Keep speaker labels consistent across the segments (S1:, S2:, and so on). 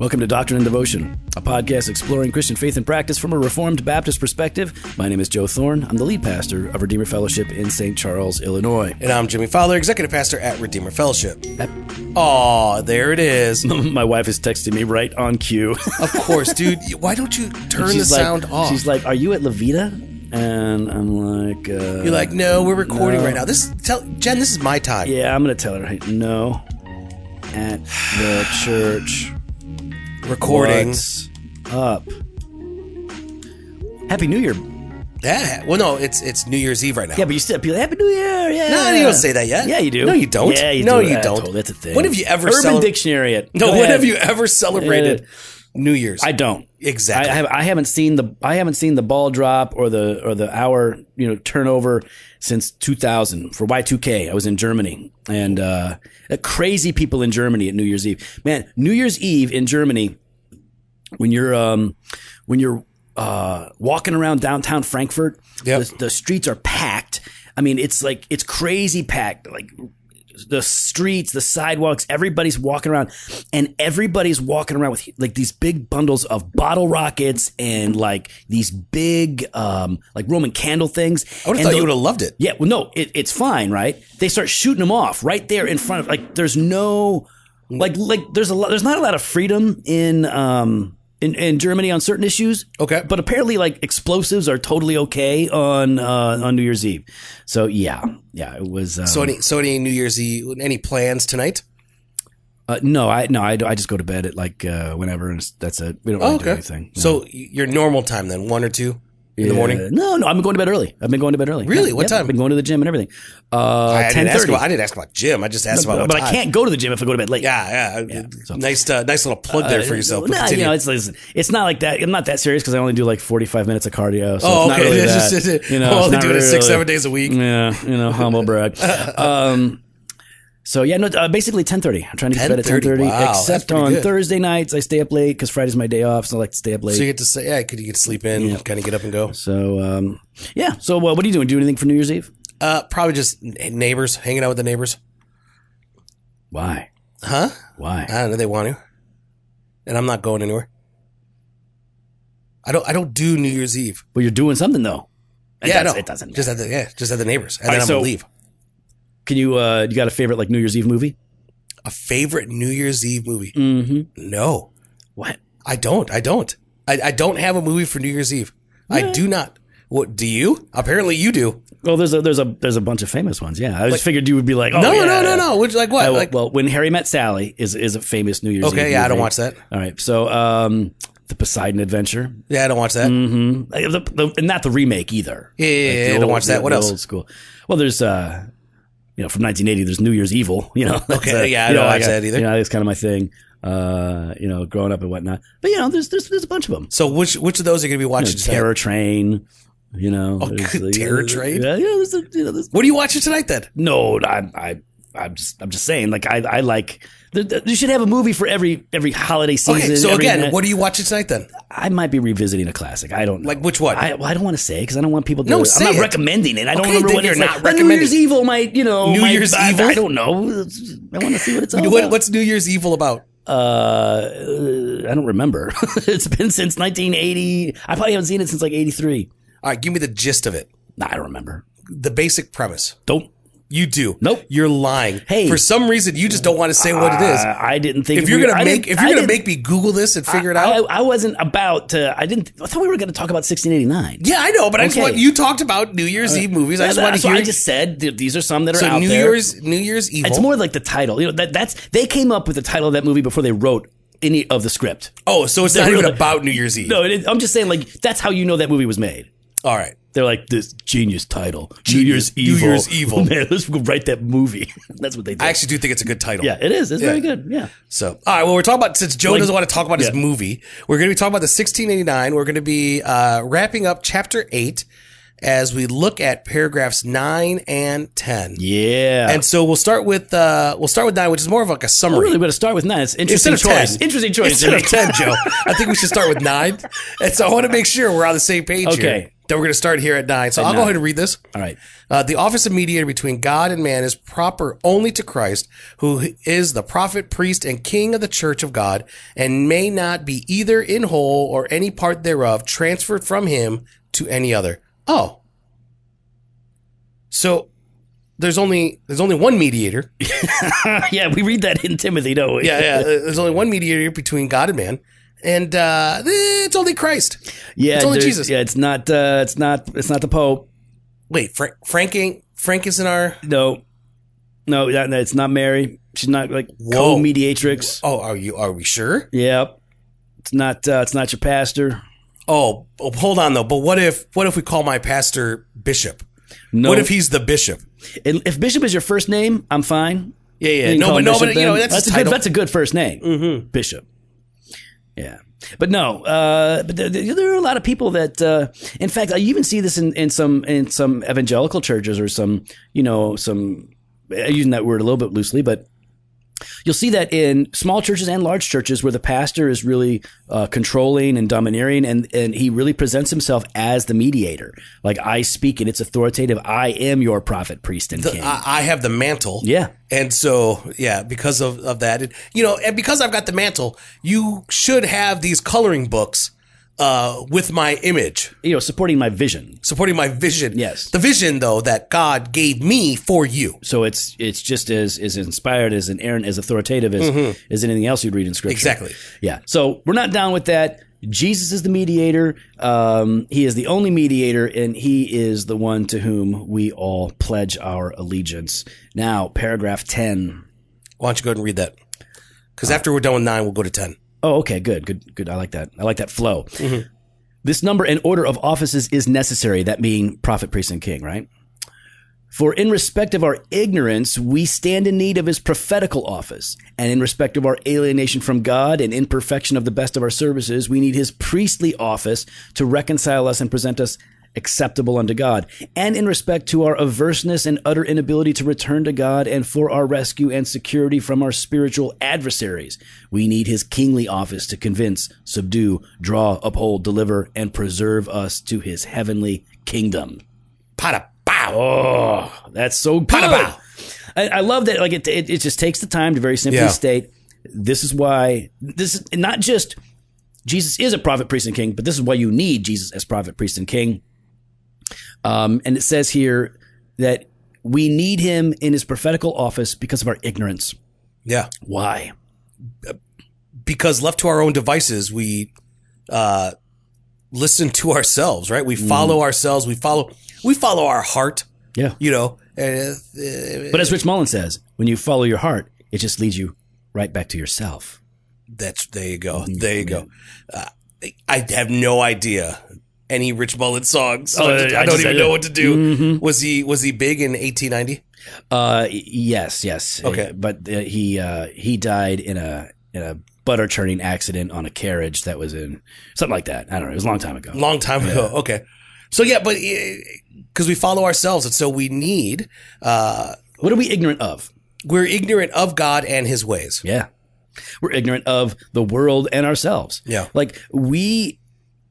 S1: Welcome to Doctrine and Devotion, a podcast exploring Christian faith and practice from a Reformed Baptist perspective. My name is Joe Thorne. I'm the lead pastor of Redeemer Fellowship in St. Charles, Illinois.
S2: And I'm Jimmy Fowler, Executive Pastor at Redeemer Fellowship. Aw, there it is.
S1: My wife is texting me right on cue.
S2: Of course, dude. Why don't you turn the
S1: like,
S2: sound off?
S1: She's like, "Are you at Levita?" And I'm like, uh,
S2: You're like, no, we're recording right now. This tell Jen, this is my time.
S1: "Yeah, I'm gonna tell her hey, no." At the church,
S2: Recording.
S1: What's up? Happy New Year.
S2: Yeah. Well, no, it's it's New Year's Eve right now.
S1: Yeah, but you still be like, Happy New Year. Yeah.
S2: No, you don't say that yet.
S1: Yeah, you do.
S2: No, you don't.
S1: Yeah, you
S2: No,
S1: do.
S2: you
S1: Ah,
S2: don't.
S1: totally, that's a thing.
S2: When have you ever
S1: Urban
S2: cel-
S1: Dictionary it?
S2: no,
S1: Go
S2: when
S1: ahead. Uh,
S2: have you ever celebrated New Year's?
S1: I don't.
S2: Exactly.
S1: I, have, I haven't seen the I haven't seen the ball drop or the or the hour you know turnover since 2000 for Y2K. I was in Germany and uh, crazy people in Germany at New Year's Eve. Man, New Year's Eve in Germany when you're um, when you're uh, walking around downtown Frankfurt,
S2: Yep.
S1: the, the streets are packed. I mean, it's like it's crazy packed. Like the streets, the sidewalks, everybody's walking around, and everybody's walking around with like these big bundles of bottle rockets and like these big um, like Roman candle things.
S2: I would have
S1: And
S2: thought
S1: the-
S2: you would have loved it.
S1: yeah, well, no, it, it's fine, right? They start shooting them off right there in front of like. There's no, like, like there's a lot. There's not a lot of freedom in um in, in Germany on certain issues.
S2: Okay.
S1: but apparently, like explosives are totally okay on uh, on New Year's Eve. So yeah, yeah, it was. Um,
S2: So any so any New Year's Eve any plans tonight?
S1: uh, no, I no, I, I just go to bed at like uh, whenever, and that's it. We don't really do anything. No.
S2: Oh, So your normal time then, one or two in the morning.
S1: Yeah. No, no, I've been going to bed early. I've been going to bed early.
S2: Really? What time?
S1: I've been going to the gym and everything. Uh,
S2: I, didn't ask
S1: 10:30.
S2: about, I didn't ask about Jim. I just asked about what
S1: but I
S2: time.
S1: can't go to the gym if I go to bed late.
S2: Yeah, yeah.
S1: so-
S2: nice, uh, nice little plug there for yourself. but
S1: No, you
S2: continue.
S1: know, it's, it's it's not like that. I'm not that serious because I only do like 45 minutes of cardio. So
S2: oh,
S1: it's not
S2: okay.
S1: really
S2: It's
S1: that,
S2: just- it's-
S1: you know,
S2: well,
S1: it's
S2: they
S1: not
S2: do it
S1: really,
S2: six, seven days a week.
S1: Yeah, you know, humble brag. um, so yeah, no, uh, basically 10:30. I'm trying to get to bed at
S2: 10:30,
S1: 10:30,
S2: wow, that's
S1: except
S2: pretty
S1: on
S2: good.
S1: Thursday nights I stay up late because Friday's my day off, so I like to stay up late.
S2: So you
S1: So,
S2: get to say, yeah, could you get to sleep in, kind of get up and go?
S1: um, yeah. So uh, what are you doing? Do anything for New Year's Eve?
S2: Uh, probably just n- neighbors, hanging out with the neighbors.
S1: Why?
S2: Huh?
S1: Why?
S2: I don't know. They want to, and I'm not going anywhere. I don't. I don't do New Year's Eve.
S1: Well, you're doing something though. It
S2: yeah,
S1: does,
S2: no,
S1: it doesn't.
S2: Just at the yeah, just at the neighbors, and
S1: All
S2: then
S1: right,
S2: I'm gonna
S1: so-
S2: leave.
S1: Can you? Uh, you got a favorite like New Year's Eve movie?
S2: A favorite New Year's Eve movie?
S1: Mm-hmm.
S2: No,
S1: What?
S2: I don't. I don't. I, I don't have a movie for New Year's Eve. I do not. What do you? Apparently, you do.
S1: Well, there's a there's a there's a bunch of famous ones. Yeah, I just figured you would be like, oh,
S2: no,
S1: yeah.
S2: no, no, no. Which like what?
S1: I-
S2: like
S1: well, when Harry met Sally is is a famous New Year's.
S2: Okay,
S1: Eve
S2: yeah, I don't
S1: movie.
S2: watch that.
S1: All right, so um, the Poseidon Adventure,
S2: yeah, I don't watch that.
S1: mm-hmm. and not the remake either.
S2: Yeah, yeah, yeah,
S1: the
S2: yeah, don't
S1: old-
S2: watch that.
S1: the-
S2: What
S1: the
S2: else?
S1: Old school. Well, there's uh, you know, from 1980, there's New Year's Evil. You know, that's,
S2: Okay,
S1: uh,
S2: yeah, I
S1: you
S2: don't
S1: know,
S2: watch
S1: like,
S2: that either.
S1: You know, that's kind of my thing. Uh, you know, growing up and whatnot. But you know, there's there's there's a bunch of them.
S2: So which which of those are you gonna be watching tonight?
S1: Terror Train. You know,
S2: Oh,
S1: there's,
S2: good,
S1: uh,
S2: Terror Train?
S1: Yeah, yeah. There's, a- you know, there's
S2: What are you watching tonight then?
S1: No, I, I, I'm just, I'm just saying. Like, I, I like. there- there- You should have a movie for every every holiday season.
S2: Okay, so
S1: every-
S2: again, what are you watching tonight then?
S1: I might be revisiting a classic. I don't know.
S2: Like, which one?
S1: I, well, I don't want to say because I don't want people to.
S2: No, say
S1: I'm not
S2: it.
S1: recommending it. I don't
S2: Okay,
S1: remember
S2: then
S1: what
S2: you're
S1: it's
S2: not
S1: like. But New
S2: recommending-
S1: Year's Evil might, you know.
S2: New
S1: might-
S2: Year's
S1: I,
S2: Evil?
S1: I don't know. I want to see what it's all
S2: What,
S1: about.
S2: what's New Year's Evil about?
S1: uh, I don't remember. it's been since 1980. I probably haven't seen it since like 83.
S2: All right, give me the gist of it.
S1: Nah, I don't remember.
S2: The basic premise.
S1: Don't.
S2: You do.
S1: Nope.
S2: You're lying.
S1: Hey.
S2: For some reason, you just don't want to say what it is.
S1: Uh, I didn't think
S2: If you're
S1: we-
S2: gonna
S1: I
S2: make,
S1: didn't-
S2: if
S1: I
S2: you're gonna
S1: didn't
S2: make me Google this and figure it out.
S1: I, I wasn't about to. I didn't. I thought we were going to talk about 1689.
S2: yeah, I know, but I just
S1: Okay.
S2: want you talked about New Year's Eve movies. I just want
S1: That's
S2: to
S1: why
S2: hear.
S1: I just said th- these are some that are
S2: so
S1: out
S2: New
S1: there.
S2: Year's New Year's Evil.
S1: it's more like the title. You know that that's they came up with the title of that movie before they wrote any of the script.
S2: oh, so it's not even
S1: really-
S2: about New Year's Eve.
S1: No, it, I'm just saying like that's how you know that movie was made.
S2: All right.
S1: They're like this genius title, New Year's
S2: New
S1: Evil.
S2: Year's Evil.
S1: Man, let's go write that movie. that's what they did.
S2: I actually do think it's a good title.
S1: yeah, it is. It's very good. Yeah.
S2: So, all right. Well, we're talking about since Joe
S1: Like-
S2: doesn't want to talk about his
S1: yeah.
S2: movie, we're going to be talking about the 1689. We're going to be uh, wrapping up chapter eight, as we look at paragraphs nine and ten.
S1: Yeah.
S2: And so we'll start with uh, we'll start with nine, which is more of like a
S1: We're
S2: summary.
S1: really going to start with nine. It's an interesting
S2: Instead of
S1: choice.
S2: 10.
S1: Interesting choice.
S2: Instead of
S1: Jimmy.
S2: 10, Joe. I think we should start with 9. And so I want to make sure we're on the same page here.
S1: Okay.
S2: That we're going to start here at 9. So I'll go
S1: nine.
S2: ahead and read this.
S1: All right.
S2: Uh, the office of mediator between God and man is proper only to Christ, who is the prophet, priest, and king of the church of God, and may not be either in whole or any part thereof transferred from him to any other. Oh. So there's only there's only one mediator.
S1: yeah, we read that in Timothy, don't we?
S2: Yeah, yeah. There's only one mediator between God and man, and uh, it's only Christ.
S1: yeah.
S2: It's only
S1: there's-
S2: Jesus.
S1: Yeah, it's not. Uh, it's not. It's not the Pope.
S2: Wait, Frank, Frank ain't Frank isn't our.
S1: No, no, that, that- it's not Mary. She's not like
S2: Whoa.
S1: co-mediatrix.
S2: Oh, are you? Are we sure?
S1: Yep. It's not. Uh, it's not your pastor.
S2: Oh, oh, hold on though. But what if what if we call my pastor Bishop?
S1: No.
S2: What if he's the Bishop?
S1: And if Bishop is your first name, I'm fine.
S2: Yeah, yeah.
S1: You can
S2: No,
S1: call
S2: but
S1: him
S2: no,
S1: Bishop
S2: but you know
S1: then.
S2: that's,
S1: that's
S2: a
S1: a
S2: title. Mm-hmm.
S1: good. That's a good first name, Bishop. Yeah, but no, uh, but there, there there are a lot of people that, uh, in fact, you even see this in, in some in some evangelical churches or some you know some I'm using that word a little bit loosely, but you'll see that in small churches and large churches where the pastor is really uh, controlling and domineering and, and he really presents himself as the mediator like i speak and it's authoritative i am your prophet priest and king
S2: I, I have the mantle.
S1: yeah
S2: And so, yeah, because of, of that, and, you know, and because I've got the mantle, you should have these coloring books uh, with my image.
S1: you know supporting my vision
S2: supporting my vision.
S1: Yes.
S2: The vision though that God gave me for you.
S1: So it's it's just as as inspired as inerrant as authoritative as as anything else you'd read in scripture.
S2: Exactly.
S1: Yeah. So we're not down with that. Jesus is the mediator. Um, he is the only mediator, and he is the one to whom we all pledge our allegiance. Now, paragraph ten.
S2: Why don't you go ahead and read that?
S1: Uh-huh.
S2: Because after we're done with nine, we'll go to ten.
S1: Oh, okay, good, good, good. I like that. I like that flow. This number and order of offices is necessary, that being prophet, priest, and king, right? For in respect of our ignorance, we stand in need of his prophetical office. And in respect of our alienation from God and imperfection of the best of our services, we need his priestly office to reconcile us and present us acceptable unto God. And in respect to our averseness and utter inability to return to God and for our rescue and security from our spiritual adversaries, we need his kingly office to convince, subdue, draw, uphold, deliver, and preserve us to his heavenly kingdom.
S2: Pada bow.
S1: Oh, that's so good.
S2: Pow.
S1: I, I love that. Like it, it, it just takes the time to very simply
S2: Yeah.
S1: state this is why this is not just Jesus is a prophet, priest, and king, but this is why you need Jesus as prophet, priest, and king. Um, and it says here that we need him in his prophetical office because of our ignorance.
S2: Yeah.
S1: Why?
S2: Because left to our own devices, we uh, listen to ourselves. Right. We
S1: Mm.
S2: follow ourselves. We follow. We follow our heart.
S1: Yeah.
S2: You know. And, uh,
S1: But as Rich Mullen says, when you follow your heart, it just leads you right back to yourself.
S2: that's there you go.
S1: Mm-hmm.
S2: There you go. Uh, I have no idea any Rich Mullet songs. So
S1: Oh,
S2: I, just-
S1: I
S2: I don't
S1: just-
S2: even know what to do.
S1: Mhm.
S2: Was he was he big in 1890?
S1: Uh, y- yes, yes.
S2: Okay.
S1: Uh, But uh, he uh, he died in a in a butter churning accident on a carriage that was in something like that. I don't know. It was a long time ago.
S2: long time ago. Okay. So yeah, but because we follow ourselves, and so we need uh,
S1: What are we ignorant of?
S2: we're ignorant of God and His ways.
S1: Yeah, we're ignorant of the world and ourselves.
S2: Yeah.
S1: like we.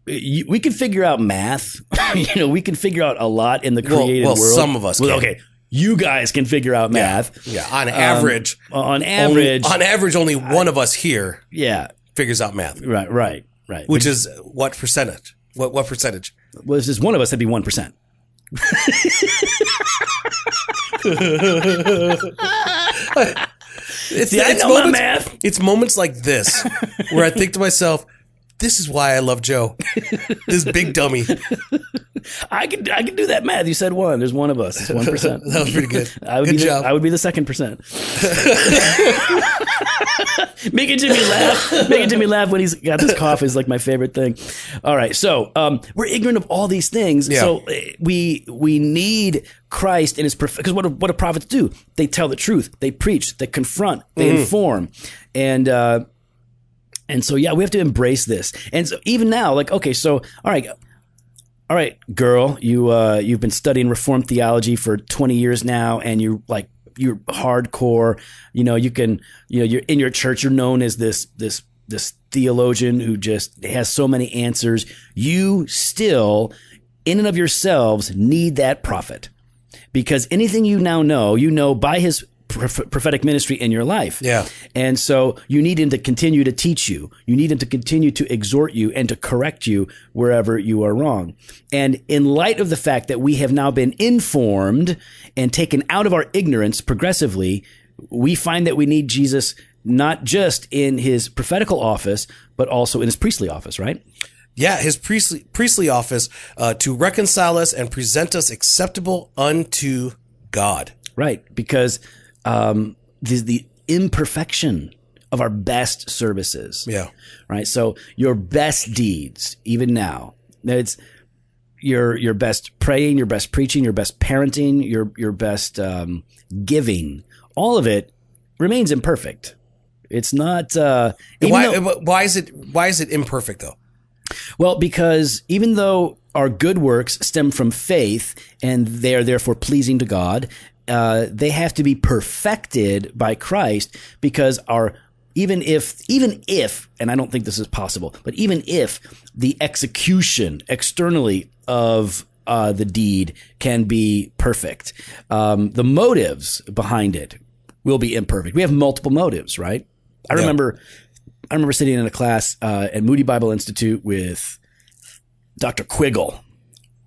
S1: you- We can figure out math. you know, we can figure out a lot in the
S2: Well-
S1: creative
S2: well,
S1: world.
S2: some of us
S1: Well,
S2: can.
S1: okay, you guys can figure out math.
S2: Yeah, on average,
S1: On
S2: only-
S1: Um, average,
S2: on average, only one of us here
S1: yeah,
S2: figures out math,
S1: right, right, right.
S2: which is what percentage? What what percentage?
S1: Well, it's just one of us that'd be one percent.
S2: It's,
S1: Yeah, I
S2: it's
S1: know my
S2: moments,
S1: math.
S2: It's moments like this where I think to myself, "This is why I love Joe, this big dummy." That
S1: I could I could do that math. You said one. There's one of us. It's one percent.
S2: was pretty good.
S1: I would
S2: good
S1: be
S2: job.
S1: The, I would be the second percent. Making Jimmy laugh. Making Jimmy laugh when he's got this cough is like my favorite thing. All right, so um, we're ignorant of all these things.
S2: Yeah.
S1: So eh, we we need Christ and his because what do, what do prophets do? They tell the truth. They preach. They confront. They
S2: Mm-hmm.
S1: inform. And uh, and so yeah, we have to embrace this. And so even now, like okay, so all right, all right, girl, you uh, you've been studying Reformed theology for 20 years now, and you're like you're hardcore. You know, you can you know you're in your church. You're known as this this this theologian who just has so many answers. You still, in and of yourselves, need that prophet because anything you now know, you know by his proph- prophetic ministry in your life.
S2: Yeah.
S1: And so you need him to continue to teach you. You need him to continue to exhort you and to correct you wherever you are wrong. And in light of the fact that we have now been informed and taken out of our ignorance progressively, we find that we need Jesus not just in his prophetical office, but also in his priestly office, right?
S2: Yeah, his priestly, priestly office uh, to reconcile us and present us acceptable unto God.
S1: Right, because um, the, the imperfection of our best services.
S2: Yeah.
S1: Right. So your best deeds, even now, it's your your best praying, your best preaching, your best parenting, your your best um, giving. All of it remains imperfect. It's not. Uh, even
S2: Why,
S1: though-
S2: but why is it why is it imperfect though?
S1: well, because even though our good works stem from faith and they are therefore pleasing to God, uh, they have to be perfected by Christ because our even if even if and I don't think this is possible, but even if the execution externally of uh, the deed can be perfect, um, the motives behind it will be imperfect. We have multiple motives, right? I remember I remember sitting in a class uh, at Moody Bible Institute with Dr. Quiggle.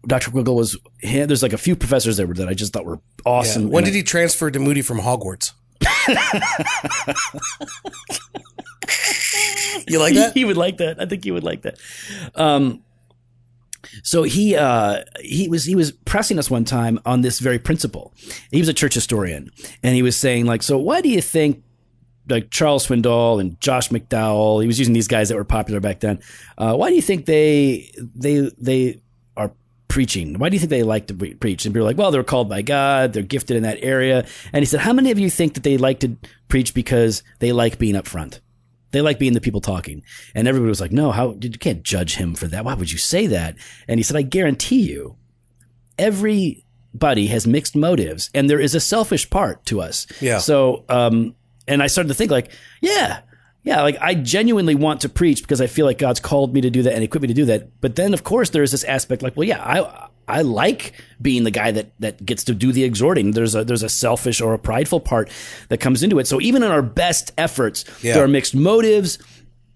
S1: Dr. Quiggle was he- there's like a few professors there that I just thought were awesome.
S2: When did he transfer to Moody from Hogwarts? you like that?
S1: he would like that. I think he would like that. Um, so he uh, he was he was pressing us one time on this very principle. He was a church historian, and he was saying like, so why do you think like Charles Swindoll and Josh McDowell? He was using these guys that were popular back then. Uh, why do you think they they they are preaching? Why do you think they like to pre- preach? And people are like, well, they're called by God, they're gifted in that area. And he said, how many of you think that they like to preach because they like being up front? They like being the people talking. And everybody was like, no, how you can't judge him for that. Why would you say that? And he said, I guarantee you, everybody has mixed motives and there is a selfish part to us.
S2: Yeah.
S1: So, um, and I started to think like, yeah, yeah, like I genuinely want to preach because I feel like God's called me to do that and equipped me to do that. But then of course there is this aspect like, well, yeah, I, I like being the guy that, that gets to do the exhorting. There's a, there's a selfish or a prideful part that comes into it. So even in our best efforts,
S2: Yeah.
S1: there are mixed motives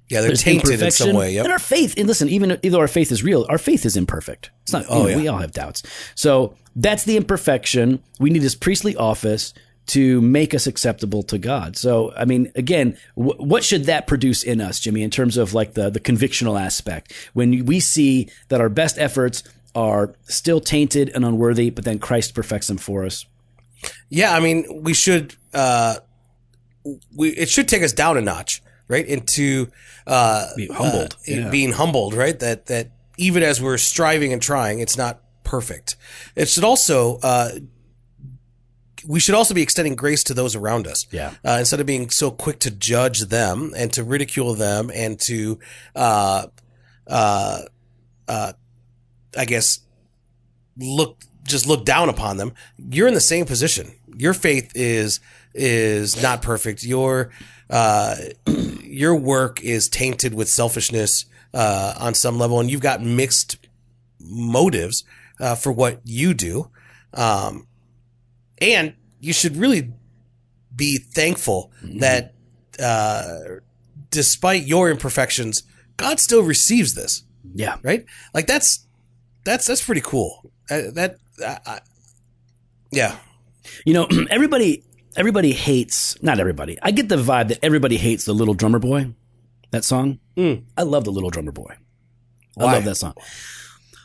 S2: Yeah, they're
S1: there's
S2: tainted in some
S1: imperfection.
S2: way. Yep.
S1: And our faith, and listen, even even though our faith is real, our faith is imperfect. It's not, you know,
S2: Oh, yeah.
S1: we all have doubts. So that's the imperfection. We need his priestly office to make us acceptable to God. So, I mean, again, wh- what should that produce in us, Jimmy, in terms of like the, the convictional aspect? When we see that our best efforts are still tainted and unworthy, but then Christ perfects them for us.
S2: Yeah, I mean, we should uh we it should take us down a notch, right? Into uh
S1: Be humbled,
S2: uh,
S1: yeah.
S2: being humbled, right? That that even as we're striving and trying, it's not perfect. It should also uh we should also be extending grace to those around us.
S1: Yeah.
S2: Uh, instead of being so quick to judge them and to ridicule them and to, uh, uh, uh, I guess, look just look down upon them you're in the same position your faith is is not perfect your uh your work is tainted with selfishness uh on some level and you've got mixed motives uh for what you do um and you should really be thankful
S1: Mm-hmm.
S2: that uh despite your imperfections god still receives this
S1: Yeah.
S2: right? Like that's that's that's pretty cool. Uh, that I, I, yeah,
S1: You know, everybody everybody hates not everybody. I get the vibe that everybody hates the little drummer boy. That song.
S2: Mm.
S1: I love the little drummer boy.
S2: Why?
S1: I love that song.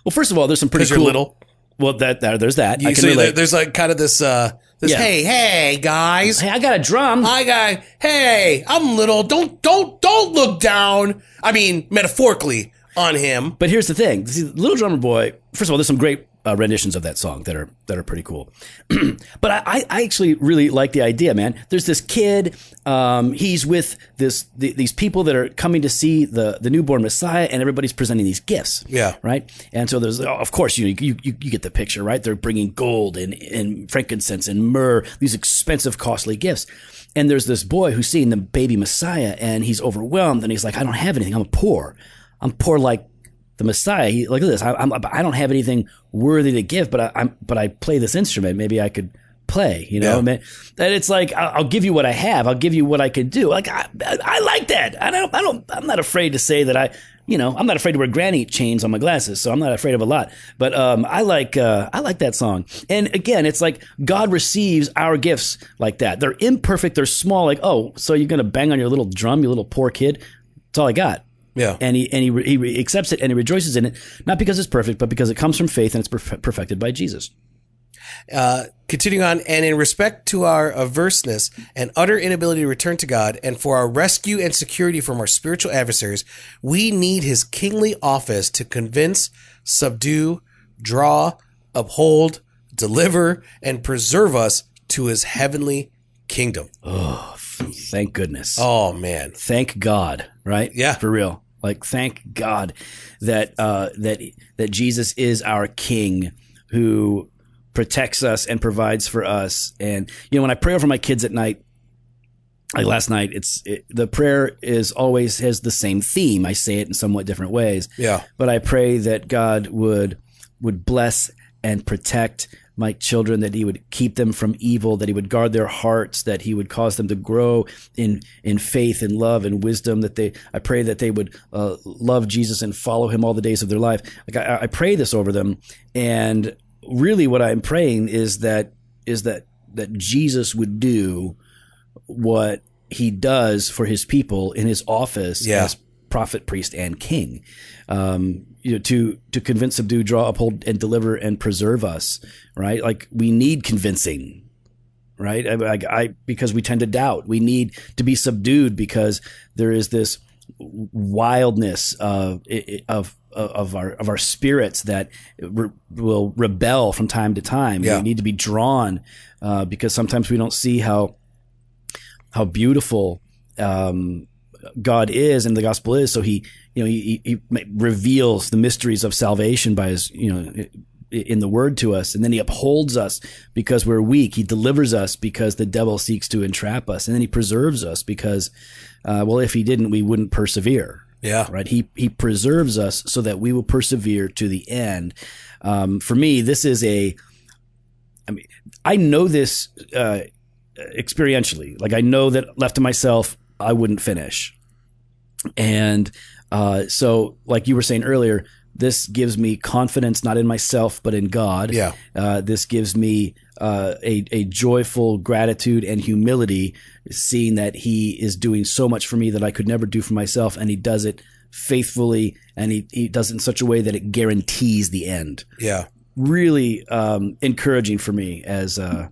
S1: Well, first of all, there's some pretty
S2: because
S1: cool
S2: you're little.
S1: Well, that, that there's that. I
S2: You,
S1: can
S2: so
S1: relate.
S2: there- there's like kind of this uh this
S1: Yeah.
S2: hey hey guys.
S1: hey, I got a drum.
S2: I got hey, I'm little. Don't don't don't look down. I mean metaphorically on him.
S1: Um, But here's the thing: See, Little Drummer Boy. First of all, there's some great uh, renditions of that song that are that are pretty cool. but I- I, I actually really like the idea, man. There's this kid. Um, he's with this the, these people that are coming to see the the newborn Messiah, and everybody's presenting these gifts.
S2: Yeah.
S1: Right. And so there's uh, of course you you you, you get the picture, right? They're bringing gold and and frankincense and myrrh, these expensive, costly gifts. And there's this boy who's seeing the baby Messiah, and he's overwhelmed, and he's like, I don't have anything. I'm poor. I'm poor like the Messiah. He, like, look at this. I, I'm, I don't have anything worthy to give, but I, I'm, but I play this instrument. Maybe I could play, you know,
S2: Yeah.
S1: man. And it's like, I'll, I'll give you what I have. I'll give you what I can do. Like, I, I, I like that. I don't, I don't, I'm not afraid to say that I, you know, I'm not afraid to wear granny chains on my glasses. So I'm not afraid of a lot, but, um, I like, uh, I like that song. And again, it's like God receives our gifts like that. They're imperfect. They're small. Like, oh, so you're going to bang on your little drum, you little poor kid. That's all I got
S2: Yeah.
S1: and he and he, re- he re- accepts it and he rejoices in it, not because it's perfect, but because it comes from faith and it's perf- perfected by Jesus.
S2: Uh, continuing on, and in respect to our averseness and utter inability to return to God, and for our rescue and security from our spiritual adversaries, we need His kingly office to convince, subdue, draw, uphold, deliver, and preserve us to His heavenly kingdom.
S1: Oh, thank goodness!
S2: Oh man,
S1: Thank God, right?
S2: Yeah.
S1: for real. Like, thank God that uh, that that Jesus is our King who protects us and provides for us. And you know, when I pray over my kids at night, like last night, it's it, the prayer is always has the same theme. I say it in somewhat different ways.
S2: yeah,
S1: but I pray that God would would bless and protect my children that he would keep them from evil that he would guard their hearts that he would cause them to grow in in faith and love and wisdom that they I pray that they would uh, love Jesus and follow him all the days of their life like I, I pray this over them and really what I'm praying is that is that that Jesus would do what he does for his people in his office
S2: Yeah.
S1: as prophet, priest, and king, um, you know, to to convince, subdue, draw, uphold, and deliver and preserve us. Right, like we need convincing. Right, I, I, I because we tend to doubt. We need to be subdued because there is this wildness uh, i- i- of of our of our spirits that re- will rebel from time to time.
S2: Yeah.
S1: We need to be drawn uh, because sometimes we don't see how how beautiful um, God is and the gospel is. So he, you know, he, he he reveals the mysteries of salvation by his, you know, in the word to us. And then he upholds us because we're weak. He delivers us because the devil seeks to entrap us. And then he preserves us because, uh, well, if he didn't, we wouldn't persevere
S2: yeah,
S1: right? He he preserves us so that we will persevere to the end. Um, for me, this is a. I mean, I know this uh, experientially. Like I know that left to myself, I wouldn't finish. And uh, so, like you were saying earlier, this gives me confidence not in myself but in God.
S2: Yeah.
S1: Uh, this gives me uh, a, a joyful gratitude and humility, seeing that He is doing so much for me that I could never do for myself, and He does it faithfully, and He, he does it in such a way that it guarantees the end.
S2: yeah,
S1: Really um, encouraging for me as uh,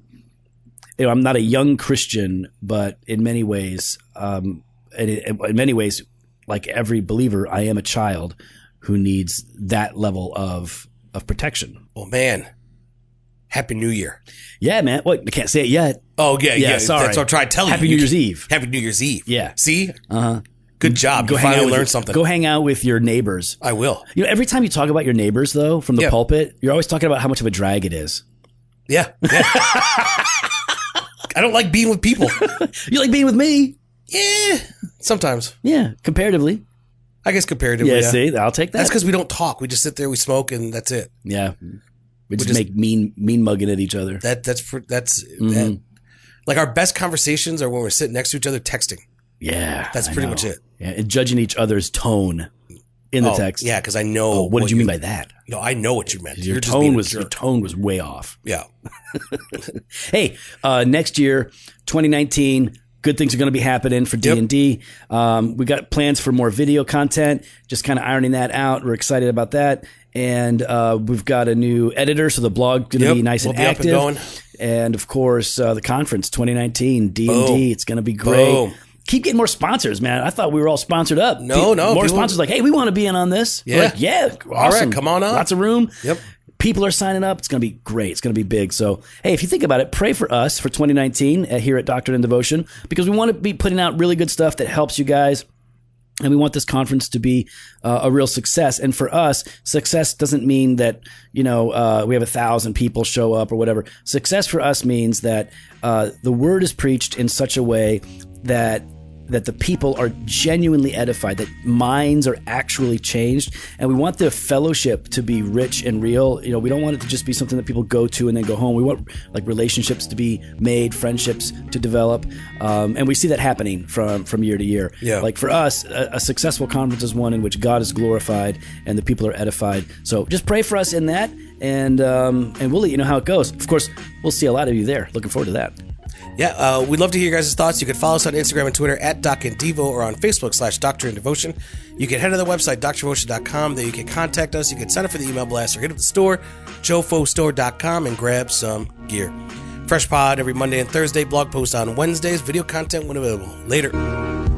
S1: you know, I'm not a young Christian, but in many ways, um, and in, in many ways, like every believer, I am a child who needs that level of of protection.
S2: well, Oh, man, Happy New Year.
S1: Yeah, man. What? I can't say it yet.
S2: Oh yeah,
S1: Yeah,
S2: yeah.
S1: sorry.
S2: That's what I'm trying to tell Oh, you.
S1: Happy New
S2: You
S1: Year's
S2: can-
S1: Eve.
S2: Happy New Year's Eve.
S1: Yeah.
S2: See,
S1: Uh huh.
S2: good job. you
S1: out
S2: finally
S1: with your-
S2: learned something.
S1: Go hang out with your neighbors.
S2: I will.
S1: You know, every time you talk about your neighbors, though, from the
S2: Yeah.
S1: pulpit, you're always talking about how much of a drag it is.
S2: Yeah. I don't like being with people.
S1: You like being with me?
S2: yeah. Sometimes.
S1: Yeah, comparatively.
S2: I guess comparatively.
S1: Yeah,
S2: Yeah,
S1: see, I'll take that.
S2: That's because we don't talk. We just sit there, we smoke, and that's it.
S1: yeah, we just,
S2: just-
S1: make mean mean mugging at each other.
S2: That that's for, that's that.
S1: Mhm.
S2: Like our best conversations are when we're sitting next to each other texting.
S1: yeah,
S2: That's
S1: I
S2: pretty
S1: know.
S2: much it.
S1: Yeah, and judging each other's tone in the
S2: Oh,
S1: text.
S2: Yeah, because I know.
S1: Oh, what did you mean by that?
S2: No, I know what you meant.
S1: Your
S2: You're just being
S1: tone
S2: a
S1: was
S2: jerk.
S1: your tone was way off.
S2: yeah.
S1: Hey, uh, next year, 2019, good things are going to be happening for D
S2: Yep.
S1: and D. Um, We got plans for more video content. Just kind of ironing that out. We're excited about that, and uh, we've got a new editor, so the blog going to
S2: Yep,
S1: be nice
S2: we'll
S1: and
S2: be up and
S1: active.
S2: going.
S1: And of course, uh, the conference 2019 D and
S2: Boom.
S1: D. It's going to be great.
S2: Boom.
S1: Keep getting more sponsors, man. I thought we were all sponsored up.
S2: No, no,
S1: More
S2: people-
S1: sponsors like, hey, we want to be in on this. We're
S2: Yeah.
S1: like, yeah, awesome.
S2: come on up.
S1: Lots of room.
S2: Yep.
S1: People are signing up. It's going to be great. It's going to be big. So, hey, if you think about it, pray for us for 2019 at, here at Doctrine and Devotion because we want to be putting out really good stuff that helps you guys. And we want this conference to be uh, a real success. And for us, success doesn't mean that you know uh, we have a thousand people show up or whatever. Success for us means that uh, the word is preached in such a way that that the people are genuinely edified, that minds are actually changed, and we want the fellowship to be rich and real. You know, we don't want it to just be something that people go to and then go home. We want like relationships to be made, friendships to develop, um, and we see that happening from from year to year.
S2: Yeah.
S1: like for us, a, a successful conference is one in which God is glorified and the people are edified. So just pray for us in that, and um, and we'll let you know how it goes. Of course, we'll see a lot of you there. Looking forward to that.
S2: Yeah, uh, we'd love to hear your guys' thoughts. You can follow us on Instagram and Twitter at Doc and Devo or on Facebook slash Doctor and Devotion. You can head to the website, drdevotion.com. There you can contact us. You can sign up for the email blast or hit up the store, jofostore.com, and grab some gear. Fresh pod every Monday and Thursday, blog post on Wednesdays, video content when available. Later.